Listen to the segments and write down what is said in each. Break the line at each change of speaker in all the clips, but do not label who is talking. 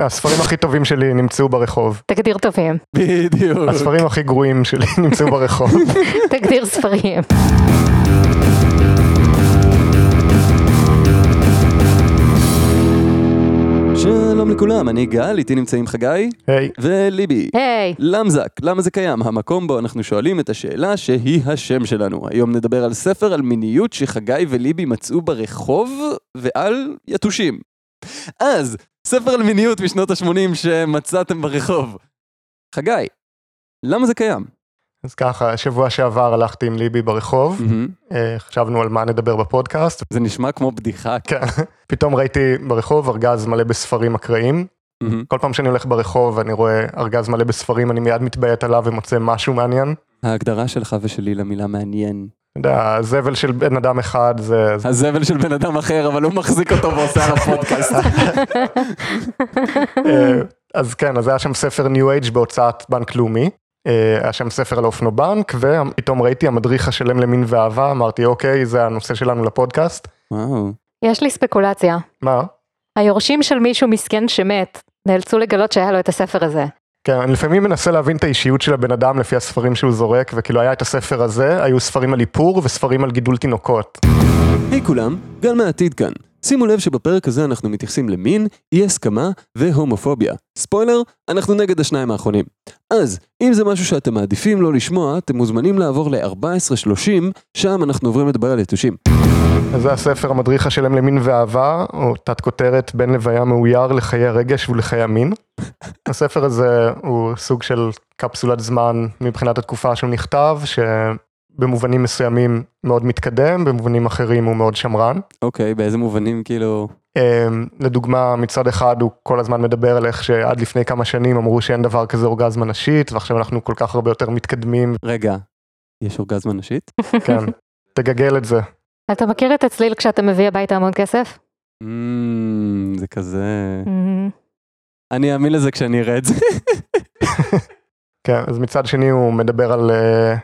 הספרים הכי טובים שלי נמצאו ברחוב.
תגדיר טובים,
בדיוק.
הספרים הכי גרועים שלי נמצאו ברחוב.
תגדיר ספרים.
שלום לכולם, אני גל, איתי נמצאים חגי
היי,
וליבי.
היי,
למזק, למה זה קיים? המקום בו אנחנו שואלים את השאלה שהיא השם שלנו. היום נדבר על ספר על מיניות שחגי וליבי מצאו ברחוב ועל יתושים. אז, ספר על מיניות משנות ה-80 שמצאתם ברחוב. חגי, למה זה קיים?
אז ככה, שבוע שעבר הלכתי עם ליבי ברחוב, אה, חשבנו על מה נדבר בפודקאסט,
זה נשמע כמו בדיחה.
כן. פתאום ראיתי ברחוב ארגז מלא בספרים אקראיים.
מהמם.
כל פעם שאני הולך ברחוב ואני רואה ארגז מלא בספרים, אני מיד מתביית עליו ומוצא משהו מעניין.
ההגדרה שלך ושלי למילה מעניין.
אתה יודע, הזבל של בן אדם אחד זה... זה-
הזבל של בן אדם אחר, אבל הוא מחזיק אותו ועושה עליו פודקאסט.
אה, אז כן, אז היה שם ספר ניו אייג' בהוצאת בנק לאומי. אה, היה שם ספר על אופנובנק, ופתאום ראיתי המדריך השלם למין ואהבה, אמרתי, אוקיי, זה הנושא שלנו לפודקאסט.
וואו.
יש לי ספקולציה.
מה?
היורשים של מישהו מסכן שמת נאלצו לגלות שהיה לו את הספר הזה.
כן, אני לפעמים מנסה להבין את האישיות של הבן אדם לפי הספרים שהוא זורק, וכאילו היה את הספר הזה, היו ספרים על איפור וספרים על גידול תינוקות.
היי כולם, גל מהעתיד כאן. שימו לב שבפרק הזה אנחנו מתייחסים למין, אי הסכמה והומופוביה. ספוילר, אנחנו נגד השניים האחרונים. אז, אם זה משהו שאתם מעדיפים לא לשמוע, אתם מוזמנים לעבור ל-1430, שם אנחנו עוברים לדבר על יתושים.
אז זה הספר המדריך השלם למין ואהבה, או תת כותרת בין לוויה מאויר לחיי רגש ולחיי המין. הספר הזה הוא סוג של קפסולת זמן מבחינת התקופה שהוא נכתב, שבמובנים מסוימים מאוד מתקדם, במובנים אחרים הוא מאוד שמרן.
אוקיי, באיזה מובנים כאילו...
אמ, לדוגמה, מצד אחד הוא כל הזמן מדבר על איך שעד לפני כמה שנים אמרו שאין דבר כזה אורגזמה נשית, ועכשיו אנחנו כל כך הרבה יותר מתקדמים,
רגע, יש אורגזמה נשית?
כן, תגגל את זה.
אתה מכיר את הצליל כשאתה מביא הביתה המון כסף?
אממ, Mm, זה כזה... אני אאמין לזה כשאני אראה את זה.
כן, אז מצד שני הוא מדבר על, אה,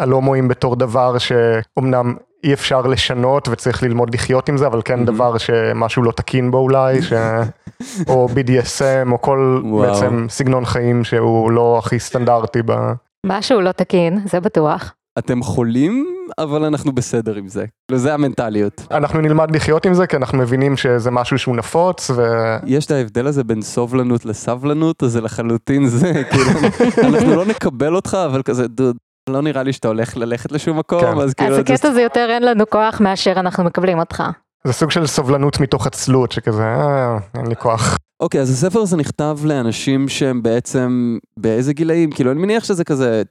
על הומואים בתור דבר שאומנם אי אפשר לשנות וצריך ללמוד לחיות עם זה, אבל כן
Mhm.
דבר שמשהו לא תקין בו אולי, ש... או BDSM, או כל
וואו.
בעצם סגנון חיים שהוא לא הכי סטנדרטי ב...
משהו לא תקין, זה בטוח.
אתם חולים, אבל אנחנו בסדר עם זה. לא, זה המנטליות.
אנחנו נלמד לחיות עם זה, כי אנחנו מבינים שזה משהו שהוא נפוץ, ו...
יש את ההבדל הזה בין סובלנות לסבלנות, אז זה לחלוטין זה, כאילו, אנחנו לא נקבל אותך, אבל כזה, דוד, לא נראה לי שאתה הולך ללכת לשום
כן.
מקום, אז כאילו,
אז
just-
הקטע זה יותר אין לנו כוח מאשר אנחנו מקבלים אותך.
זה סוג של סובלנות מתוך עצלות, שכזה, אה, אין לי כוח.
אוקיי, אז הספר הזה נכתב לאנשים שהם בעצם, באיזה גילאים? כאילו, אני מניח שזה כזה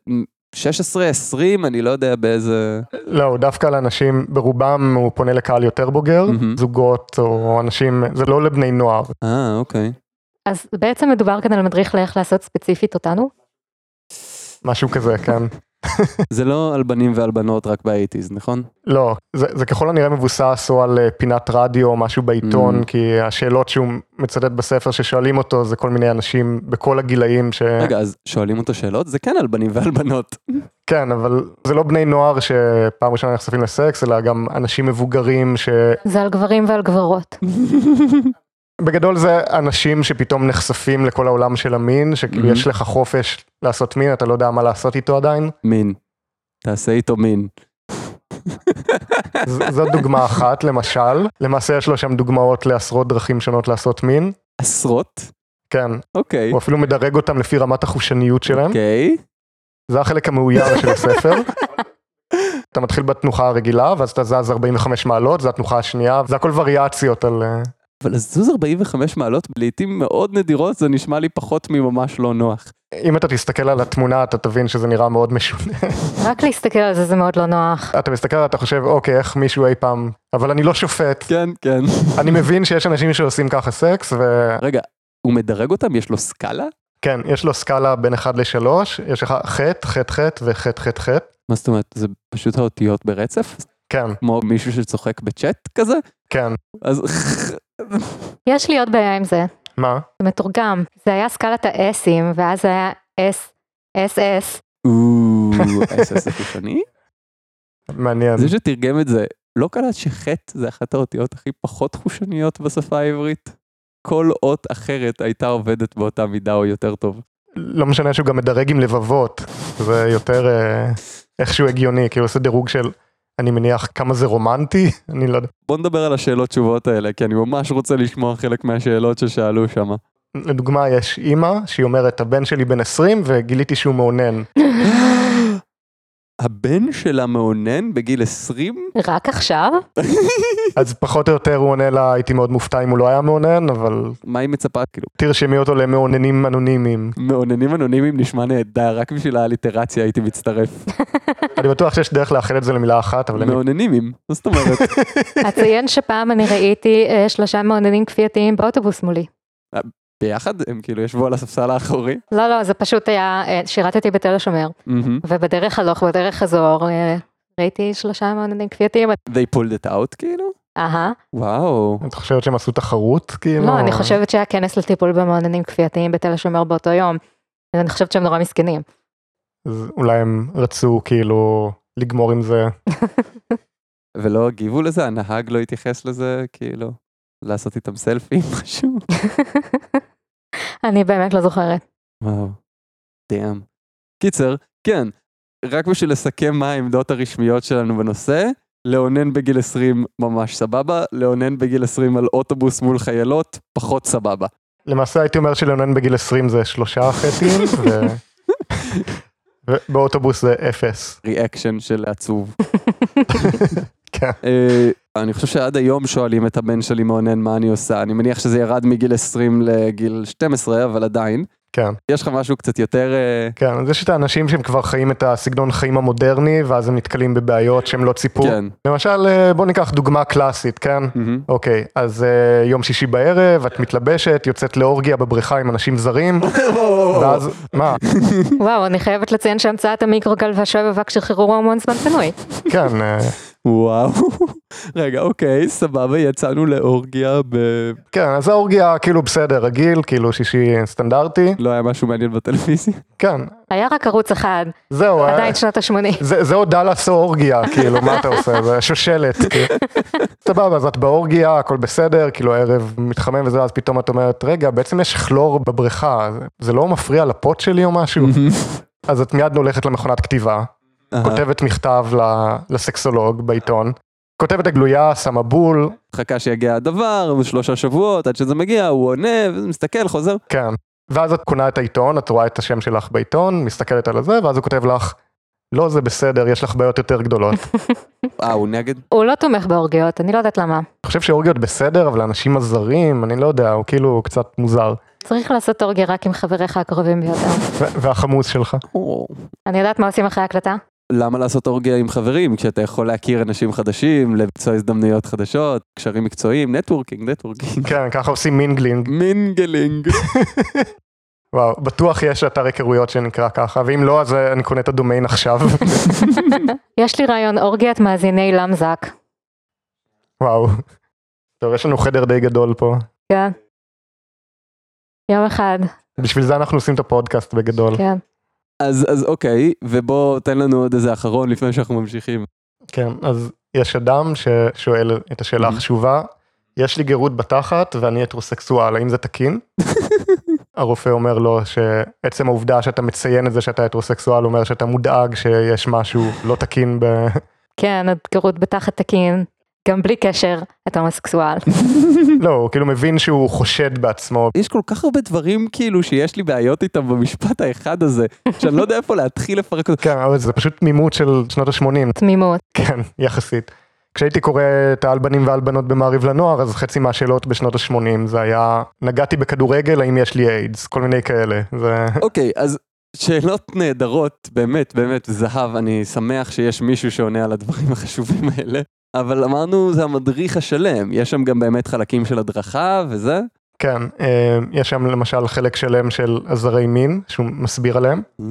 16, 20, אני לא יודע באיזה...
לא, הוא דווקא לאנשים, ברובם הוא פונה לקהל יותר בוגר,
מהמם.
זוגות או אנשים, זה לא לבני נוער.
אה, אוקיי.
אז בעצם מדובר כאן על מדריך לאיך לעשות ספציפית אותנו?
משהו כזה, כן.
זה לא על בנים ועל בנות רק באייטיז, נכון?
לא, זה, זה ככל הנראה מבוסס או על אה, פינת רדיו או משהו בעיתון,
Mm.
כי השאלות שהוא מצטט בספר ששואלים אותו זה כל מיני אנשים בכל הגילאים ש...
רגע, אז שואלים אותו שאלות? זה כן על בנים ועל בנות.
כן, אבל זה לא בני נוער שפעם ראשונה נחשפים לסקס, אלא גם אנשים מבוגרים שבגדול
זה על גברים ועל גברות.
זה אנשים שפתאום נחשפים לכל העולם של המין, שכאילו
Mhm.
יש לך חופש לעשות מין, אתה לא יודע מה לעשות איתו עדיין.
מין. תעשה איתו מין.
ז- זאת דוגמה אחת, למשל. למעשה יש לו שם דוגמאות לעשרות דרכים שונות לעשות מין.
עשרות?
כן,
אוקיי.
הוא אפילו מדרג אותם לפי רמת החושניות שלהם.
אוקיי.
זה החלק המאויר של הספר. אתה מתחיל בתנוחה הרגילה, ואז אתה זז 45 מעלות, זו התנוחה השנייה, זה הכל וריאציות על... אה,
אבל לזוז 45 מעלות לעיתים מאוד נדירות זה נשמע לי פחות מממש לא נוח.
אם אתה תסתכל על התמונה, אתה תבין שזה נראה מאוד משונה.
רק להסתכל על זה זה מאוד לא נוח.
אתה מסתכל, אתה חושב, אוקיי, איך מישהו אי פעם... אבל אני לא שופט.
כן, כן.
אני מבין שיש אנשים שעושים ככה סקס, וכן,
רגע, הוא מדרג אותם? יש לו סקאלה?
כן, יש לו סקאלה בין 1 ל-3, יש לך חטא, חטא, חטא וחטא, חטא, חטא.
מה זאת אומרת, זה פשוט האותיות ברצף?
כן,
כמו מישהו שצוחק בצ'אט כזה?
כן.
אז...
יש לי עוד בעיה עם זה.
מה?
זה מתורגם. זה היה סקלת האסים, ואז זה היה אס, אס אס.
או, אס.אס הקישוני?
מעניין.
זה שתרגם את זה, לא קלט שחטא זה אחת האותיות הכי פחות חושניות בשפה העברית? כל אות אחרת הייתה עובדת באותה מידה או יותר טוב.
לא משנה שהוא גם מדרג עם לבבות, זה יותר אה, איכשהו הגיוני, כאילו עושה דירוג של, אני מניח, כמה זה רומנטי, אני לא יודע.
בוא נדבר על השאלות תשובות האלה, כי אני ממש רוצה לשמוע חלק מהשאלות ששאלו שם.
לדוגמה, יש אימא שהיא אומרת, הבן שלי בן 20 וגיליתי שהוא מאונן.
הבן שלה מאונן בגיל 20?
רק עכשיו?
אז פחות או יותר הוא עונה לה, הייתי מאוד מופתע אם הוא לא היה מאונן, אבל
מה היא מצפה? כאילו,
תרשמי אותו למאוננים אנונימיים.
מאוננים אנונימיים נשמע נהדר, רק בשביל האליטרציה הייתי מצטרף.
אני בטוח שיש דרך לאחד את זה למילה אחת, אבל... אני-
מאוננימים, מה זאת אומרת?
אציין שפעם אני ראיתי אה, שלושה מעוננים כפייתיים באוטובוס מולי.
ביחד? הם כאילו ישבו על הספסל האחורי?
לא, לא, זה פשוט היה, אה, שירתתי בתל השומר,
מהמם.
ובדרך הלוך, בדרך חזור, אה, ראיתי שלושה מעוננים כפייתיים,
They pulled it out כאילו?
אהה.
וואו.
את חושבת שהם עשו תחרות, כאילו?
לא, אני חושבת שהיה כנס לטיפול במעוננים כפייתיים בתל השומר באותו יום. אז אני חושבת שהם נורא מסכנים.
אז אולי הם רצו, כאילו, לגמור עם זה.
ולא הגיבו לזה? הנהג לא התייחס לזה? כאילו, לעשות איתם סלפי? משהו?
אני באמת לא זוכרת.
וואו. דאם. קיצר, כן, רק בשביל לסכם מה העמדות הרשמיות שלנו בנושא, לאונן בגיל 20 ממש סבבה, לאונן בגיל 20 על אוטובוס מול חיילות, פחות סבבה.
למעשה הייתי אומר שלאונן בגיל 20 זה שלושה חטים, ו... ובאוטובוס זה אפס.
ריאקשן של עצוב.
כן.
אה, אני חושב שעד היום שואלים את הבן שלי מאונן מה אני עושה, אני מניח שזה ירד מגיל 20 לגיל 12, אבל עדיין.
כן,
יש לך משהו קצת יותר... אה,
כן, אז יש את האנשים שהם כבר חיים את הסגנון חיים המודרני, ואז הם נתקלים בבעיות שהם לא ציפו.
כן.
למשל, אה, בוא ניקח דוגמה קלאסית, כן?
מהמם.
אוקיי, אז אה, יום שישי בערב, את מתלבשת, יוצאת לאורגיה בבריכה עם אנשים זרים, ואז, מה?
וואו, אני חייבת לציין שהמצאת המיקרוגל והשואב אבק שחררו המון זמן פנוי.
כן, אה,
וואו. רגע, אוקיי, סבבה, יצאנו לאורגיה ב...
כן, אז האורגיה כאילו בסדר, רגיל, כאילו שישי סטנדרטי,
לא היה משהו מעניין בטלוויזיה?
כן,
היה רק ערוץ אחד,
זהו. אה,
עדיין שנות ה-80.
זה זה עוד דאלאס או אורגיה, כאילו, מה אתה עושה? זה שושלת. כאילו. סבבה, אז את באורגיה, הכל בסדר, כאילו הערב מתחמם וזה, אז פתאום את אומרת, רגע, בעצם יש כלור בבריכה, זה- זה לא מפריע לפוט שלי או משהו? אז את מיד הולכת למכונת כתיבה,
אהה.
כותבת מכתב ל- לסקסולוג בעיתון, כותבת הגלויה, שמה בול,
חכה שיגיע הדבר, שלושה שבועות, עד שזה מגיע, הוא עונה, וזה מסתכל, חוזר.
כן. ואז את קונה את העיתון, את רואה את השם שלך בעיתון, מסתכלת על זה, ואז הוא כותב לך, לא, זה בסדר, יש לך בעיות יותר גדולות.
אה, הוא נגד?
הוא לא תומך באורגיות, אני לא יודעת למה.
אני חושב שאורגיות בסדר, אבל האנשים הזרים, אני לא יודע, הוא כאילו קצת מוזר.
צריך לעשות אורגיה רק עם חבריך הקרובים ביותר.
ו- והחמוס שלך.
או.
אני יודעת מה עושים אחרי ההקלטה?
למה לעשות אורגיה עם חברים, כשאתה יכול להכיר אנשים חדשים, למצוא הזדמנויות חדשות, קשרים מקצועיים, נטוורקינג, נטוורקינג.
כן, ככה עושים מינגלינג.
מינגלינג.
וואו, בטוח יש אתר היכרויות שנקרא ככה, ואם לא, אז אה, אני קונה את הדומיין עכשיו.
יש לי רעיון אורגיית מאזיני למזק.
וואו. טוב, יש לנו חדר די גדול פה.
כן. יום אחד,
בשביל זה אנחנו עושים את הפודקאסט בגדול.
כן.
אז, אז אוקיי, ובוא תן לנו עוד איזה אחרון לפני שאנחנו ממשיכים.
כן, אז יש אדם ששואל את השאלה
Mhm.
החשובה, יש לי גירות בתחת ואני הטרוסקסואל, האם זה תקין? הרופא אומר לו שעצם העובדה שאתה מציין את זה שאתה הטרוסקסואל אומר שאתה מודאג שיש משהו לא תקין ב...
כן, התגרות בתחת תקין, גם בלי קשר, אתה הומוסקסואל.
לא, הוא כאילו מבין שהוא חושד בעצמו.
יש כל כך הרבה דברים כאילו שיש לי בעיות איתם במשפט האחד הזה, שאני לא יודע איפה להתחיל לפרק אותו.
כן, אבל זה פשוט תמימות של שנות ה-80,
תמימות.
כן, יחסית. כשהייתי קורא את האלבנים והאלבנות במעריב לנוער, אז חצי מהשאלות בשנות ה-80 זה היה, נגעתי בכדורגל, האם יש לי איידס? כל מיני כאלה. זה...
אוקיי, אז שאלות נהדרות, באמת, באמת, זהב, אני שמח שיש מישהו שעונה על הדברים החשובים האלה. אבל אמרנו, זה המדריך השלם, יש שם גם באמת חלקים של הדרכה וזה.
כן, אה, יש שם למשל חלק שלם של עזרי מין, שהוא מסביר עליהם.
Mm.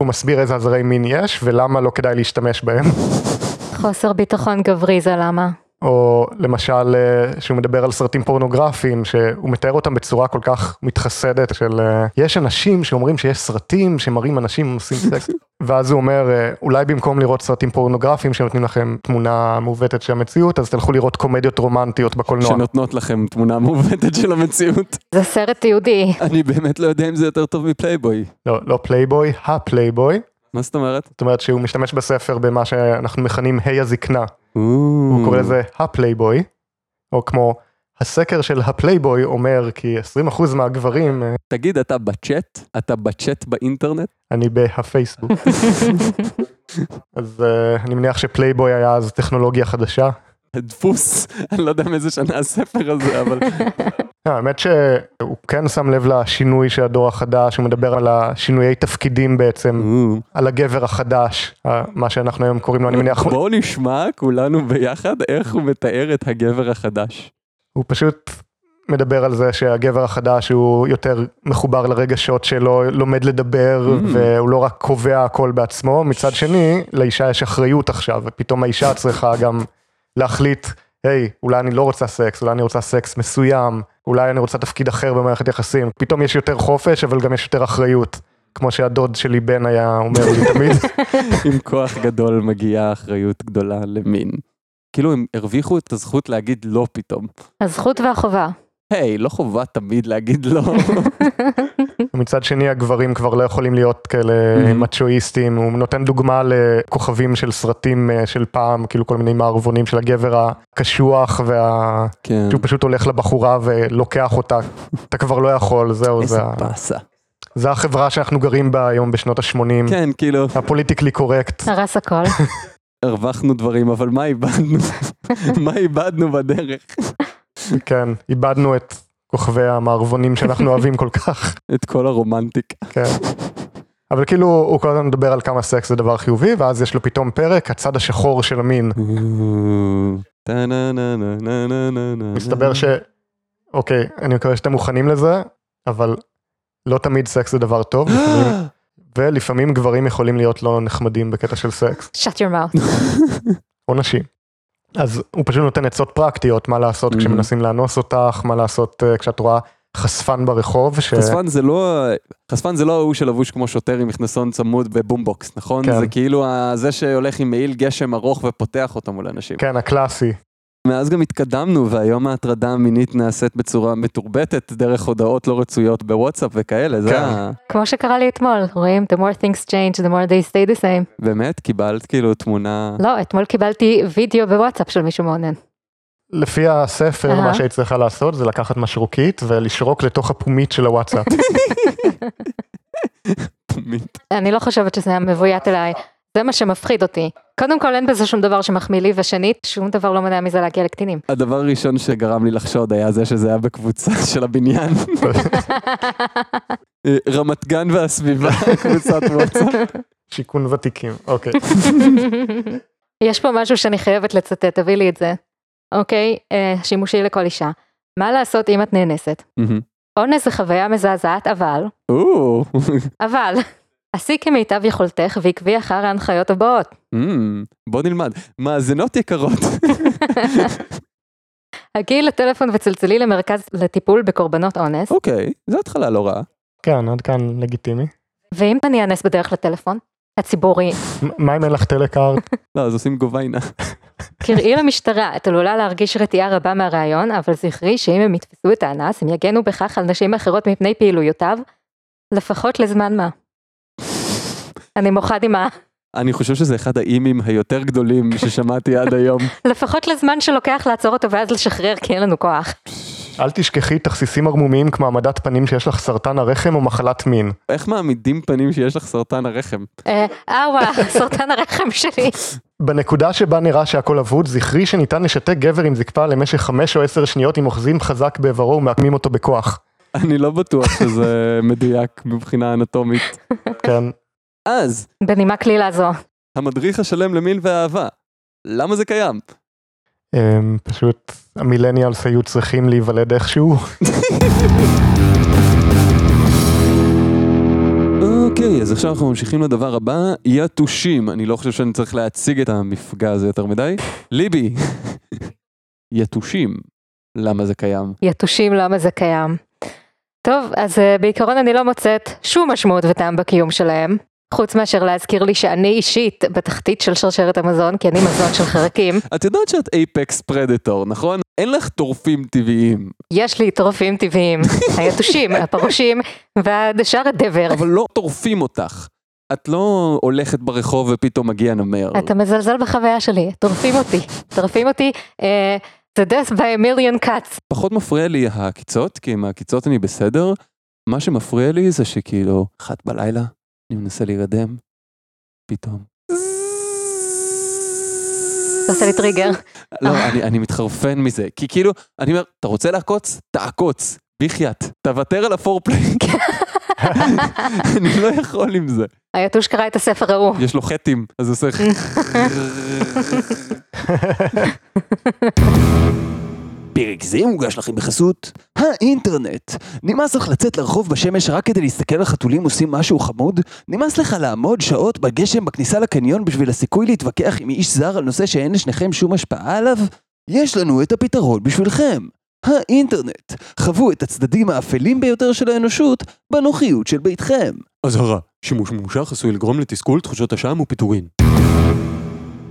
הוא מסביר איזה עזרי מין יש ולמה לא כדאי להשתמש בהם.
חוסר ביטחון גברי זה למה.
או למשל, אה, שהוא מדבר על סרטים פורנוגרפיים, שהוא מתאר אותם בצורה כל כך מתחסדת של אה, יש אנשים שאומרים שיש סרטים שמראים אנשים עושים סקס. ואז הוא אומר, אה, אולי במקום לראות סרטים פורנוגרפיים שנותנים לכם תמונה מעוותת של המציאות, אז תלכו לראות קומדיות רומנטיות בקולנוע.
שנותנות לכם תמונה מעוותת של המציאות.
זה סרט תיעודי.
אני באמת לא יודע אם זה יותר טוב מפלייבוי.
לא, לא פלייבוי, הפלייבוי.
מה זאת אומרת?
זאת אומרת שהוא משתמש בספר במה שאנחנו מכנים היי הזקנה.
הוא
Mm. הוא
Mm.
קורא לזה הפלייבוי, או כמו הסקר של הפלייבוי אומר כי 20% מהגברים, אה,
תגיד, אתה בצ'אט? אתה בצ'אט באינטרנט?
אני בהפייסבוק. אז אה, אני מניח שפלייבוי היה אז טכנולוגיה חדשה.
הדפוס, אני לא יודע מאיזה שנה הספר הזה, אבל...
אה, האמת שהוא כן שם לב לשינוי של הדור החדש, הוא מדבר על השינויי תפקידים בעצם,
או.
על הגבר החדש, אה, מה שאנחנו היום קוראים לו, אני מניח,
בואו נשמע כולנו ביחד איך הוא מתאר את הגבר החדש.
הוא פשוט מדבר על זה שהגבר החדש הוא יותר מחובר לרגשות שלו, לומד לדבר,
Mm.
והוא לא רק קובע הכל בעצמו. מצד שני, לאישה יש אחריות עכשיו, ופתאום האישה צריכה גם להחליט, היי, אולי אני לא רוצה סקס, אולי אני רוצה סקס מסוים, אולי אני רוצה תפקיד אחר במערכת יחסים. פתאום יש יותר חופש, אבל גם יש יותר אחריות. כמו שהדוד שלי בן היה אומר לי תמיד.
עם כוח גדול מגיעה אחריות גדולה למין. כאילו הם הרוויחו את הזכות להגיד לא פתאום.
הזכות והחובה.
היי, לא חובה תמיד להגיד לא.
מצד שני הגברים כבר לא יכולים להיות
Mhm.
כאלה מצ'ואיסטים, הוא נותן דוגמה לכוכבים של סרטים אה, של פעם, כאילו כל מיני מערבונים של הגבר הקשוח, וה...
כן.
שהוא פשוט הולך לבחורה ולוקח אותה, אתה כבר לא יכול, זהו,
איזה
זה, ה- Mm.
באסה.
זה החברה שאנחנו גרים בה היום בשנות ה-80,
כן, כאילו,
הפוליטיקלי קורקט,
הרס הכל.
הרווחנו דברים, אבל מה איבדנו? מה איבדנו בדרך?
כן, איבדנו את כוכבי המערבונים שאנחנו אוהבים כל כך,
את כל הרומנטיקה.
כן. אבל כאילו הוא כל הזמן מדבר על כמה סקס זה דבר חיובי, ואז יש לו פתאום פרק, הצד השחור של המין.
טה-נה-נה-נה-נה-נה-נה-נה.
מסתבר ש... אוקיי, אני מקווה שאתם מוכנים לזה, אבל לא תמיד סקס זה דבר טוב, לפעמים- ולפעמים גברים יכולים להיות לא נחמדים בקטע של סקס,
shut your mouth.
או נשים. אז הוא פשוט נותן עצות פרקטיות, מה לעשות
Mhm.
כשמנסים לאנוס אותך, מה לעשות אה, כשאת רואה חשפן ברחוב, ש...
חשפן זה לא חשפן זה לא ההוא שלבוש כמו שוטר עם מכנסון צמוד ובומבוקס נכון
כן.
זה כאילו ה- זה שהולך עם מעיל גשם ארוך ופותח אותו מול אנשים
כן, הקלאסי.
מאז גם התקדמנו והיום ההטרדה המינית נעשית בצורה מתורבתת דרך הודעות לא רצויות בוואטסאפ וכאלה זה
כן.
ה-
כמו שקרה לי אתמול, רואים? The more things change, the more they stay the same.
באמת קיבלת כאילו תמונה
לא, אתמול קיבלתי וידאו בוואטסאפ של מישהו מעונן.
לפי הספר,
אהה.
מה שהיית צריכה לעשות זה לקחת משרוקית ולשרוק לתוך הפומית של הוואטסאפ.
פומית.
אני לא חושבת שזה היה מבוית אליי. זה מה שמפחיד אותי. קודם כל אין בזה שום דבר שמחמיא לי, ושנית, שום דבר לא מנע מזה להגיע לקטינים.
הדבר הראשון שגרם לי לחשוד היה זה שזה היה בקבוצה של הבניין אה, רמת גן והסביבה קבוצת וואטסאפ.
שיכון ותיקים, אוקיי.
יש פה משהו שאני חייבת לצטט, תביא לי את זה. אוקיי, אה, שימושי לכל אישה. מה לעשות אם את נאנסת?
מהמם.
אונס זה חוויה מזעזעת, אבל,
או,
אבל, עשי כמיטב יכולתך ועקבי אחר ההנחיות הבאות.
אמ, בוא נלמד מאזינות יקרות
הגיעי לטלפון וצלצלי למרכז לטיפול בקורבנות אונס,
אוקיי, זו התחלה לא רעה.
כן, עד כאן לגיטימי.
ואם אני אאנס בדרך לטלפון? הציבורי,
מ- מה אם אין לך טלקארט?
לא, אז עושים גוביינה.
קראי למשטרה, את עלולה להרגיש רתיעה רבה מהרעיון, אבל זכרי שאם הם יתפסו את האנס, הם יגנו בכך על נשים אחרות מפני פעילויותיו, לפחות לזמן מה. אני מוחה דמעה.
אני חושב שזה אחד האימים היותר גדולים ששמעתי עד היום.
לפחות לזמן שלוקח לעצור אותו ואז לשחרר, כי אין לנו כוח.
אל תשכחי תכסיסים ערמומיים כמו העמדת פנים שיש לך סרטן הרחם או מחלת מין.
איך מעמידים פנים שיש לך סרטן הרחם?
אה, אהווה, סרטן הרחם שלי.
בנקודה שבה נראה שהכל אבוד, זכרי שניתן לשתק גבר עם זקפה למשך 5 או 10 שניות אם אוחזים חזק באיברו ומעקמים אותו בכוח.
אני לא בטוח שזה מדויק מבחינה אנטומית.
כן,
אז,
בנימה קלילה זו.
המדריך השלם למין ואהבה. למה זה קיים?
אמ, פשוט המילניאלס היו צריכים להיוולד איכשהו.
אוקיי, אז עכשיו אנחנו ממשיכים לדבר הבא, יתושים. אני לא חושב שאני צריך להציג את המפגע הזה יותר מדי. ליבי, יתושים. למה זה קיים?
יתושים למה זה קיים. טוב, אז אה, בעיקרון אני לא מוצאת שום משמעות וטעם בקיום שלהם. חוץ מאשר להזכיר לי שאני אישית בתחתית של שרשרת המזון, כי אני מזון של חרקים,
את יודעת שאת אייפקס פרדטור, נכון? אין לך טורפים טבעיים,
יש לי טורפים טבעיים, היתושים, הפרושים, והשאר הדבר.
אבל לא טורפים אותך. את לא הולכת ברחוב ופתאום מגיע נמר.
אתה מזלזל בחוויה שלי, טורפים אותי, טורפים אותי, אה, the death by a million cuts.
פחות מפריע לי העקיצות, כי עם העקיצות אני בסדר. מה שמפריע לי זה שכאילו, אחת בלילה, אני מנסה להירדם, פתאום.
אתה עושה לי טריגר.
לא, אני, אני מתחרפן מזה, כי כאילו, אני אומר, אתה רוצה לעקוץ? תעקוץ, בחייאת, תוותר על הפורפליי. אני לא יכול עם זה.
היתוש קרא את הספר ההוא.
יש לו חטים, אז עושה... פרק זה מוגש לכם בחסות האינטרנט. נמאס לך לצאת לרחוב בשמש רק כדי להסתכל על חתולים עושים משהו חמוד? נמאס לך לעמוד שעות בגשם בכניסה לקניון בשביל הסיכוי להתווכח עם איש זר על נושא שאין לשניכם שום השפעה עליו? יש לנו את הפתרון בשבילכם. האינטרנט. חוו את הצדדים האפלים ביותר של האנושות בנוחיות של ביתכם. אזהרה, שימוש ממושך עשוי לגרום לתסכול, תחושות אשם ופיטורין.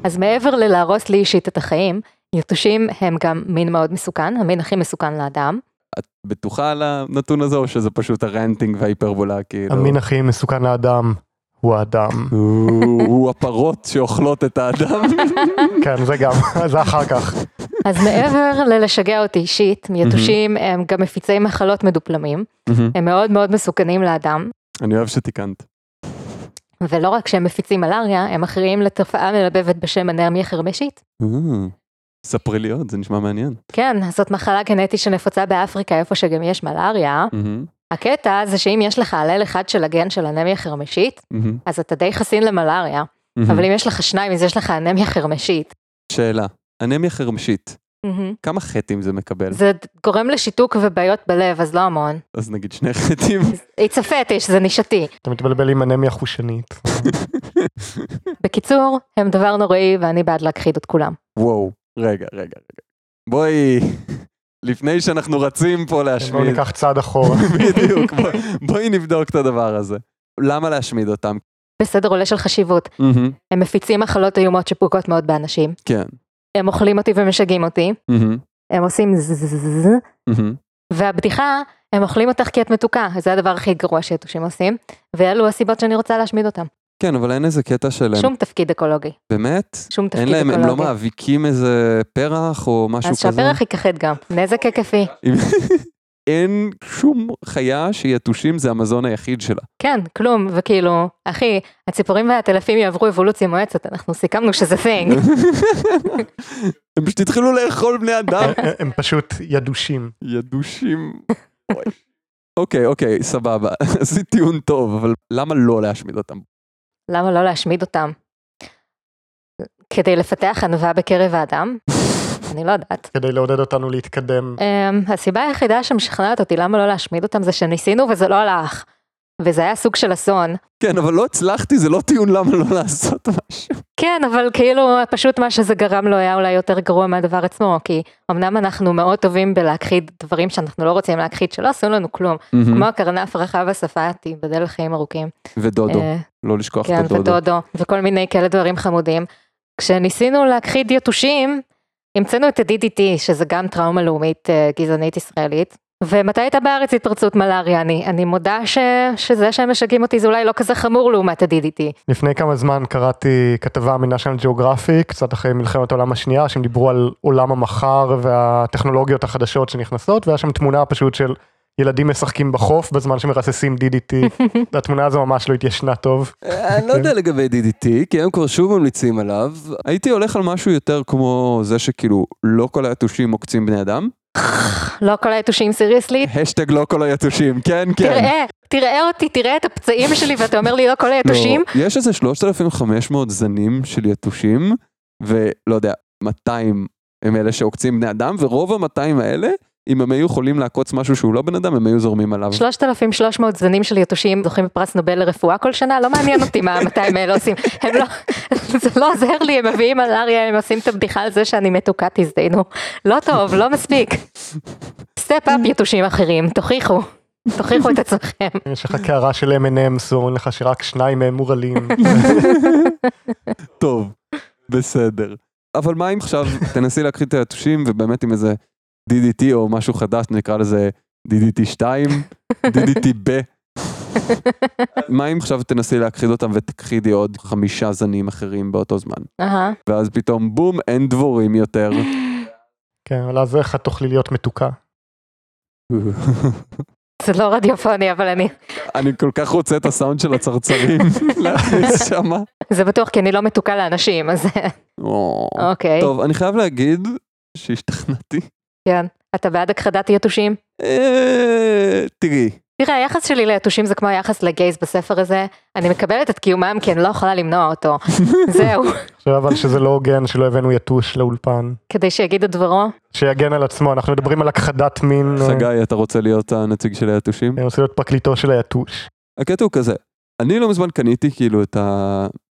אז מעבר ללהרוס לי אישית את החיים, יתושים הם גם מין מאוד מסוכן, המין הכי מסוכן לאדם.
בטוחה על הנתון הזה, או שזה פשוט הרנטינג וההיפרבולה, כאילו?
המין הכי מסוכן לאדם הוא האדם.
הוא הוא הפרות שאוכלות את האדם.
כן, זה גם, זה אחר כך.
אז מעבר ללשגע אותי אישית, יתושים הם גם מפיצי מחלות מדופלמים, הם מאוד מאוד מסוכנים לאדם,
אני אוהב שתיקנת.
ולא רק שהם מפיצים מלאריה, הם אחראים לתופעה מלבבת בשם אנרמיה חרמשית.
ספרי לי עוד, זה נשמע מעניין.
כן, זאת מחלה גנטית שנפוצה באפריקה איפה שגם יש מלאריה. הקטע זה שאם יש לך הלל אחד של הגן של אנמיה חרמשית, אז אתה די חסין למלאריה, אבל אם יש לך שניים אז יש לך אנמיה חרמשית.
שאלה, אנמיה חרמשית, כמה חטים זה מקבל?
זה גורם לשיתוק ובעיות בלב, אז לא המון.
אז נגיד שני חטים.
It's a fetish, זה נישתי.
אתה מתבלבל עם אנמיה חושנית.
בקיצור, הם דבר נוראי ואני בעד להכחיד את כולם.
וואו, רגע, רגע, רגע. בואי, לפני שאנחנו רצים פה
בואו
להשמיד,
ניקח צעד אחורה.
בדיוק, בוא- בואי נבדוק את הדבר הזה. למה להשמיד אותם?
בסדר עולה של חשיבות,
מהמם,
הם מפיצים מחלות איומות שפוגעות מאוד באנשים,
כן.
הם אוכלים אותי ומשגעים אותי,
מהמם,
הם עושים זזזז,
מהמם.
והבדיחה, הם אוכלים אותך כי את מתוקה, זה הדבר הכי גרוע שיתושים עושים, ואלו הסיבות שאני רוצה להשמיד אותם.
כן, אבל אין איזה קטע שלהם.
שום תפקיד אקולוגי,
באמת?
שום תפקיד
אין
אקולוגי.
להם, הם לא מאביקים איזה פרח או משהו
אז
כזה?
שהפרח ייכחד גם, נזק היקפי.
אין שום חיה שיתושים זה המזון היחיד שלה.
כן, כלום, וכאילו, אחי, הציפורים והטלפים יעברו אבולוציה מואצת, אנחנו סיכמנו שזה thing.
הם פשוט התחילו לאכול בני אדם.
הם פשוט ידושים.
ידושים. אוי. אוקיי, אוקיי, סבבה. עשית טיעון טוב, אבל למה לא להשמיד אותם?
למה לא להשמיד אותם? כדי לפתח ענווה בקרב האדם? אני לא יודעת.
כדי לעודד אותנו להתקדם.
Um, הסיבה היחידה שמשכנעת אותי למה לא להשמיד אותם זה שניסינו וזה לא הלך. וזה היה סוג של אסון.
כן, אבל לא הצלחתי, זה לא טיעון למה לא לעשות משהו.
כן, אבל כאילו פשוט מה שזה גרם לו היה אולי יותר גרוע מהדבר עצמו, כי אמנם אנחנו מאוד טובים בלהכחיד דברים שאנחנו לא רוצים להכחיד, שלא עשו לנו כלום.
Mm.
כמו הקרנף רחב השפעתי, בדל לחיים ארוכים.
ודודו,
אה,
לא לשכוח
כן,
את הדודו.
ודודו, וכל מיני כאלה דברים חמודים. כשניסינו להכחיד יתושים, המצאנו את ה-DDT, שזה גם טראומה לאומית אה, גזענית ישראלית. ומתי הייתה בארץ התפרצות מלאריה? אני, אני מודה ש, שזה שהם משגעים אותי זה אולי לא כזה חמור לעומת ה-DDT.
לפני כמה זמן קראתי כתבה מ-National Geographic, קצת אחרי מלחמת העולם השנייה, שהם דיברו על עולם המחר והטכנולוגיות החדשות שנכנסות, והיה שם תמונה פשוט של ילדים משחקים בחוף בזמן שמרססים DDT. התמונה הזו ממש לא התיישנה טוב.
אה, אני לא יודע לגבי DDT, כי הם כבר שוב ממליצים עליו. הייתי הולך על משהו יותר כמו זה שכאילו לא כל היתושים עוקצים בני אדם.
לא כל היתושים סיריוסלי?
השטג לא כל היתושים, כן, כן.
תראה, תראה אותי, תראה את הפצעים שלי ואתה אומר לי לא כל היתושים?
לא, יש איזה 3,500 זנים של יתושים, ולא יודע, 200 הם אלה שעוקצים בני אדם, ורוב ה-200 האלה, אם הם היו יכולים לעקוץ משהו שהוא לא בן אדם, הם היו זורמים עליו.
3,300 זנים של יתושים זוכים בפרס נובל לרפואה כל שנה, לא מעניין אותי מה ה-200 האלה עושים. הם לא, זה לא עוזר לי, הם מביאים מלאריה, הם עושים את הבדיחה על זה שאני מתוקה, תזדיינו. לא טוב, לא מספיק. סטפ אפ יתושים אחרים, תוכיחו. תוכיחו את עצמכם.
יש לך קערה של M&M's, ואומרים לך שרק שניים מהם מורעלים.
טוב, בסדר. אבל מה אם עכשיו תנסי להקריא את היתושים ובאמת עם איזה DDT או משהו חדש, נקרא לזה DDT 2, DDT ב. מה אם עכשיו תנסי להכחיד אותם ותכחידי עוד חמישה זנים אחרים באותו זמן?
אהה.
ואז פתאום בום, אין דבורים יותר.
כן, אבל אז איך את תוכלי להיות מתוקה?
זה לא רדיופוני, אבל אני...
אני כל כך רוצה את הסאונד של הצרצרים להכניס שמה.
זה בטוח כי אני לא מתוקה לאנשים, אז אה, אוקיי.
טוב, אני חייב להגיד שהשתכנעתי.
כן. אתה בעד הכחדת יתושים?
אה, תראי,
תראה, היחס שלי ליתושים זה כמו היחס לגייז בספר הזה. אני מקבלת את קיומם כי אני לא יכולה למנוע אותו. זהו,
עכשיו אבל שזה לא הוגן שלא הבאנו יתוש לאולפן.
כדי שיגיד את דברו.
שיגן על עצמו, אנחנו מדברים על הכחדת מין. אה,
חגי, אתה רוצה להיות הנציג של היתושים?
אני רוצה להיות פרקליטו של היתוש.
הקטע הוא כזה, אני לא מזמן קניתי כאילו את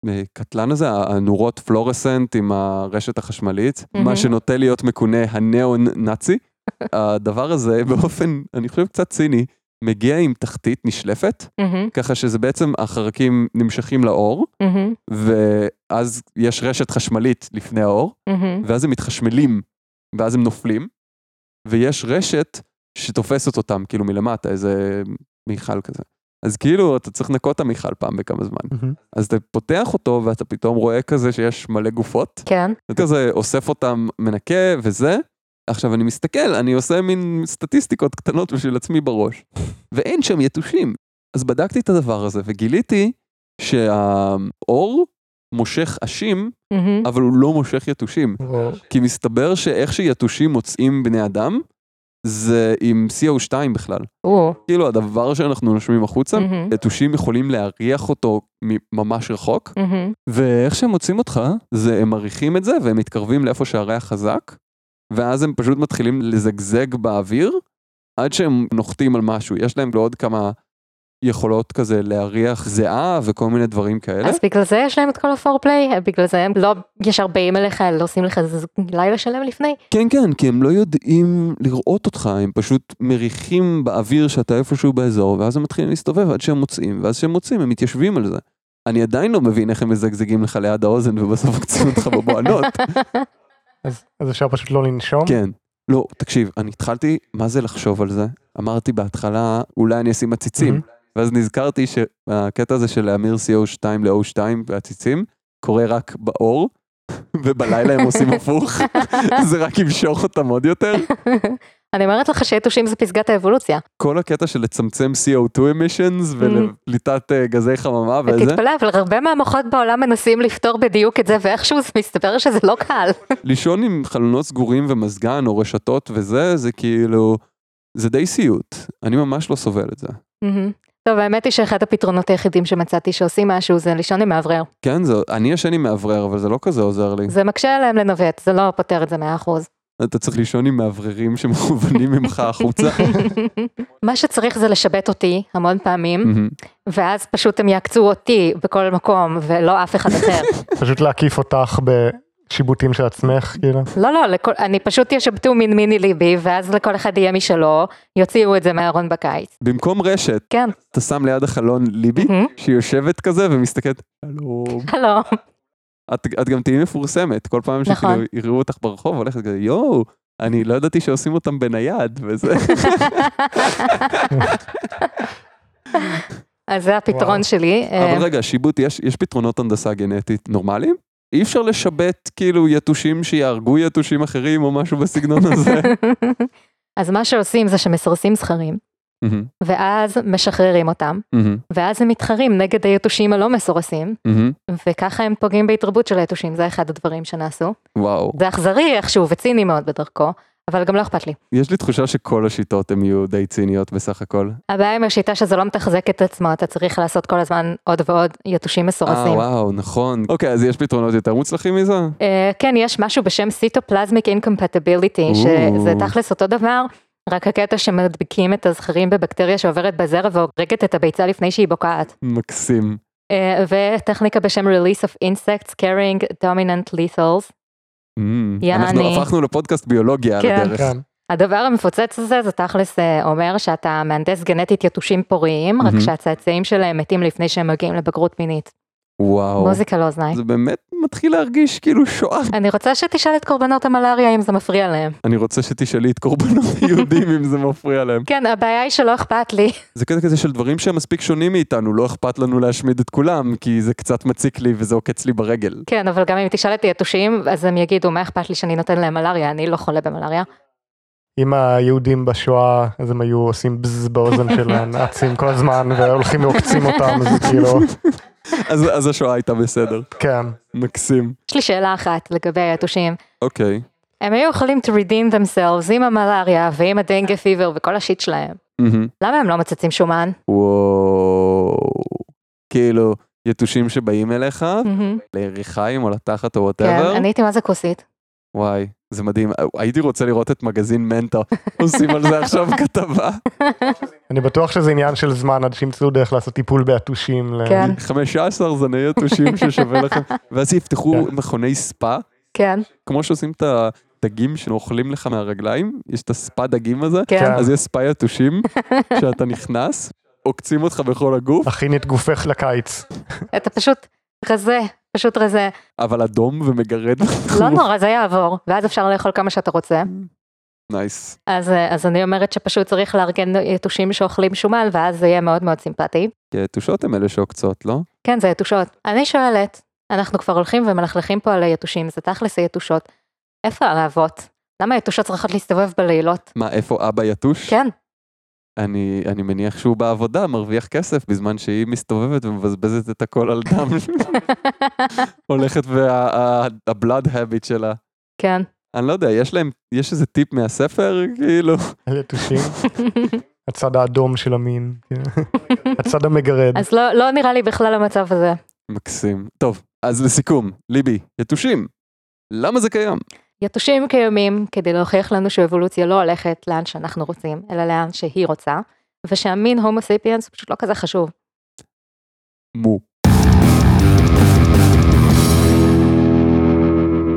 הקטלן הזה, הנורות פלורסנט עם הרשת החשמלית,
מהמם.
מה שנוטה להיות מכונה הניאון נאצי. הדבר הזה באופן, אני חושב קצת ציני, מגיע עם תחתית נשלפת,
מהמם,
ככה שזה בעצם החרקים נמשכים לאור,
מהמם,
ואז יש רשת חשמלית לפני האור,
מהמם.
ואז הם מתחשמלים, ואז הם נופלים, ויש רשת שתופסת אותם, כאילו מלמטה, איזה מיכל כזה. אז כאילו, אתה צריך לנקות את המיכל פעם בכמה זמן. אז אתה פותח אותו, ואתה פתאום רואה כזה שיש מלא גופות,
כן,
אתה כזה אוסף אותם, מנקה וזה. עכשיו אני מסתכל, אני עושה מין סטטיסטיקות קטנות בשביל עצמי בראש, ואין שם יתושים. אז בדקתי את הדבר הזה, וגיליתי שהאור מושך עשים,
מהמם.
אבל הוא לא מושך יתושים.
וואו.
כי מסתבר שאיך שיתושים מוצאים בני אדם, זה עם CO2 בכלל.
או,
כאילו הדבר שאנחנו נושמים החוצה,
מהמם,
יתושים יכולים להריח אותו מ- ממש רחוק,
מהמם.
ואיך שהם מוצאים אותך, זה הם מריחים את זה והם מתקרבים לאיפה שהריח חזק, ואז הם פשוט מתחילים לזגזג באוויר, עד שהם נוחתים על משהו. יש להם לעוד כמה יכולות כזה להריח זיעה וכל מיני דברים כאלה.
אז בגלל זה יש להם את כל הפורפליי? בגלל זה הם לא ישר באים אליך, לא עושים לך איזה לילה שלם לפני?
כן, כן, כי הם לא יודעים לראות אותך, הם פשוט מריחים באוויר שאתה איפשהו באזור, ואז הם מתחילים להסתובב עד שהם מוצאים, ואז כשהם מוצאים, הם מתיישבים על זה. אני עדיין לא מבין איך הם מזגזגים לך ליד האוזן ובסוף מקצים אותך בבוענות.
אז אז אפשר פשוט לא לנשום?
כן. לא, תקשיב, אני התחלתי, מה זה לחשוב על זה? אמרתי בהתחלה, אולי אני אשים עציצים,
מהמם.
ואז נזכרתי שהקטע הזה של להמיר CO2 ל-O2 בעציצים, קורה רק באור, ובלילה הם עושים הפוך, זה רק ימשוך אותם עוד יותר.
אני אומרת לך שיתושים זה פסגת האבולוציה.
כל הקטע של לצמצם
Mm.
CO2 emissions ולפליטת אה, גזי חממה וזה,
תתפלא, אבל הרבה מהמוחות בעולם מנסים לפתור בדיוק את זה, ואיכשהו זה מסתבר שזה לא קל.
לישון עם חלונות סגורים ומזגן או רשתות וזה, זה כאילו, זה די סיוט. אני ממש לא סובל את זה.
מהמם. טוב, האמת היא שאחד הפתרונות היחידים שמצאתי שעושים משהו זה לישון עם מאוורר.
כן, זה, אני ישן עם מאוורר, אבל זה לא כזה עוזר לי.
זה מקשה עליהם לנווט, זה לא פותר את זה 100%.
אתה צריך לישון עם מאווררים שמכוונים ממך החוצה.
מה שצריך זה לשבת אותי המון פעמים,
מהמם.
ואז פשוט הם יעקצו אותי בכל מקום, ולא אף אחד אחר.
פשוט להקיף אותך בשיבוטים של עצמך, כאילו.
לא, לא, לכל, אני פשוט ישבתו מין מיני ליבי, ואז לכל אחד יהיה משלו, יוציאו את זה מהארון בקיץ.
במקום רשת,
כן,
אתה שם ליד החלון ליבי,
מהמם.
שהיא יושבת כזה ומסתכלת, שלום.
שלום.
את, את גם תהיי מפורסמת, כל פעם שכאילו
נכון.
יראו אותך ברחוב, הולכת כזה, יואו, אני לא ידעתי שעושים אותם בנייד, וזה,
אז זה הפתרון
וואו.
שלי. אה,
אבל רגע, שיבוט, יש, יש פתרונות הנדסה גנטית נורמליים? אי אפשר לשבת כאילו יתושים שיהרגו יתושים אחרים או משהו בסגנון הזה.
אז מה שעושים זה שמסרסים זכרים,
מהמם,
ואז משחררים אותם,
מהמם,
ואז הם מתחרים נגד היתושים הלא מסורסים,
מהמם.
וככה הם פוגעים בהתרבות של היתושים, זה אחד הדברים שנעשו.
וואו,
זה אכזרי איכשהו וציני מאוד בדרכו, אבל גם לא אכפת לי.
יש לי תחושה שכל השיטות הן יהיו די ציניות בסך הכל.
הבעיה עם השיטה שזה לא מתחזק את עצמו, אתה צריך לעשות כל הזמן עוד ועוד יתושים
אה,
מסורסים.
וואו, נכון. אוקיי, אז יש פתרונות יותר מוצלחים מזה?
אה, כן, יש משהו בשם סיטופלזמיק אינקומפטיביליטי,
או.
שזה תכלס אותו דבר, רק הקטע שמדביקים את הזכרים בבקטריה שעוברת בזרע והורגת את הביצה לפני שהיא בוקעת.
מקסים.
אה, וטכניקה בשם release of insects carrying dominant lethals.
מהמם.
יעני.
אנחנו הפכנו Mm. לפודקאסט ביולוגיה על
כן.
הדרך.
כן.
הדבר המפוצץ הזה זה תכלס אה, אומר שאתה מהנדס גנטית יתושים פוריים, רק
מהמם.
שהצאצאים שלהם מתים לפני שהם מגיעים לבגרות מינית.
וואו.
מוזיקה לאוזניים.
זה באמת מתחיל להרגיש כאילו שואה.
אני רוצה שתשאל את קורבנות המלאריה אם זה מפריע להם.
אני רוצה שתשאלי את קורבנות היהודים אם זה מפריע להם.
כן, הבעיה היא שלא אכפת לי.
זה קטע כזה של דברים שהם מספיק שונים מאיתנו, לא אכפת לנו להשמיד את כולם, כי זה קצת מציק לי וזה עוקץ לי ברגל.
כן, אבל גם אם תשאל את היתושים, אז הם יגידו, מה אכפת לי שאני נותן להם מלאריה, אני לא חולה במלאריה.
אם היהודים בשואה, אז הם היו עושים בז באוזן של הנאצים כל הזמן, והולכים ועוקצים אותם, אז כאילו,
אז, אז השואה הייתה בסדר.
כן.
מקסים.
יש לי שאלה אחת לגבי היתושים.
אוקיי.
הם היו יכולים to redeem themselves עם המלאריה ועם הדנגה פיבר וכל השיט שלהם.
מהמם.
למה הם לא מצצים שומן?
וואו. כאילו, יתושים שבאים אליך,
מהמם.
Mhm. לירכיים או לתחת או
כן,
וואטאבר.
אני הייתי מה זה כוסית.
וואי, זה מדהים. הייתי רוצה לראות את מגזין מנטה עושים על זה עכשיו כתבה.
אני בטוח שזה עניין של זמן עד שימצאו דרך לעשות טיפול ביתושים. ל-
כן.
15 זני יתושים ששווה לכם. ואז יפתחו
כן.
מכוני ספא,
כן,
כמו שעושים את הדגים שאוכלים לך מהרגליים, יש את הספא דגים הזה,
כן.
כן.
אז יש ספא יתושים, שאתה נכנס, עוקצים אותך בכל הגוף,
הכין את גופך לקיץ.
אתה פשוט רזה, פשוט רזה.
אבל אדום ומגרד.
לא נורא, זה יעבור, ואז אפשר לאכול כמה שאתה רוצה.
נייס.
אז, אה, אז אני אומרת שפשוט צריך לארגן יתושים שאוכלים שומן, ואז זה יהיה מאוד מאוד סימפטי.
כי היתושות הם אלה שעוקצות, לא?
כן, זה יתושות. אני שואלת, אנחנו כבר הולכים ומלכלכים פה על היתושים, זה תכלס היתושות. איפה הראבות? למה היתושות צריכות להסתובב בלילות?
מה, איפה אבא יתוש?
כן,
אני, אני מניח שהוא בעבודה, מרוויח כסף, בזמן שהיא מסתובבת ומבזבזת את הכל על דם. הולכת וה-blood habit שלה.
כן.
אני לא יודע, יש להם, יש איזה טיפ מהספר, כאילו,
היתושים. הצד האדום של המין. כן. הצד המגרד.
אז לא, לא נראה לי בכלל המצב הזה.
מקסים. טוב, אז לסיכום, ליבי, יתושים, למה זה קיים?
יתושים קיימים כדי להוכיח לנו שאבולוציה לא הולכת לאן שאנחנו רוצים, אלא לאן שהיא רוצה, ושהמין הומו ספיאנס הוא פשוט לא כזה חשוב.
מו.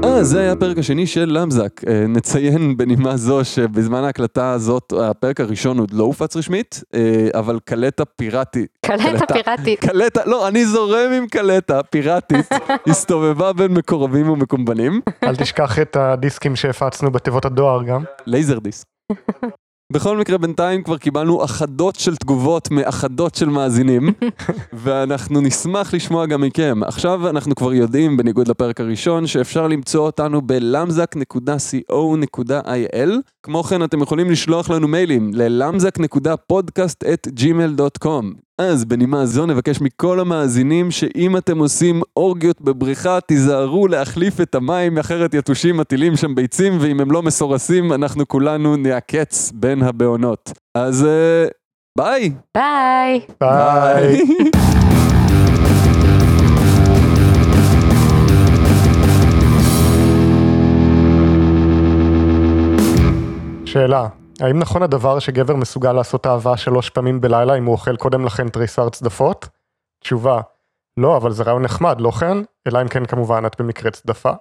אז אה, זה היה הפרק השני של למזק. אה, נציין בנימה זו שבזמן ההקלטה הזאת, הפרק הראשון עוד לא הופץ רשמית, אה, אבל קלטה פיראטית,
קלטה
קלטה.
פיראטית.
קלטה, לא, אני זורם עם קלטה פיראטית, הסתובבה בין מקורבים ומקומבנים,
אל תשכח את הדיסקים שהפצנו בתיבות הדואר גם.
לייזר דיסק. בכל מקרה, בינתיים כבר קיבלנו אחדות של תגובות מאחדות של מאזינים, ואנחנו נשמח לשמוע גם מכם. עכשיו אנחנו כבר יודעים, בניגוד לפרק הראשון, שאפשר למצוא אותנו בלמזק.co.il. כמו כן, אתם יכולים לשלוח לנו מיילים ללמזק.podcast@gmail.com. אז בנימה זו נבקש מכל המאזינים שאם אתם עושים אורגיות בבריכה, תיזהרו להחליף את המים, אחרת יתושים מטילים שם ביצים, ואם הם לא מסורסים, אנחנו כולנו נעקץ בין הבעונות. אז אה, ביי!
ביי!
ביי. שאלה, האם נכון הדבר שגבר מסוגל לעשות אהבה שלוש פעמים בלילה אם הוא אוכל קודם לכן תריסר צדפות? תשובה, לא, אבל זה רעיון נחמד, לא כן? אלא אם כן כמובן את במקרה צדפה.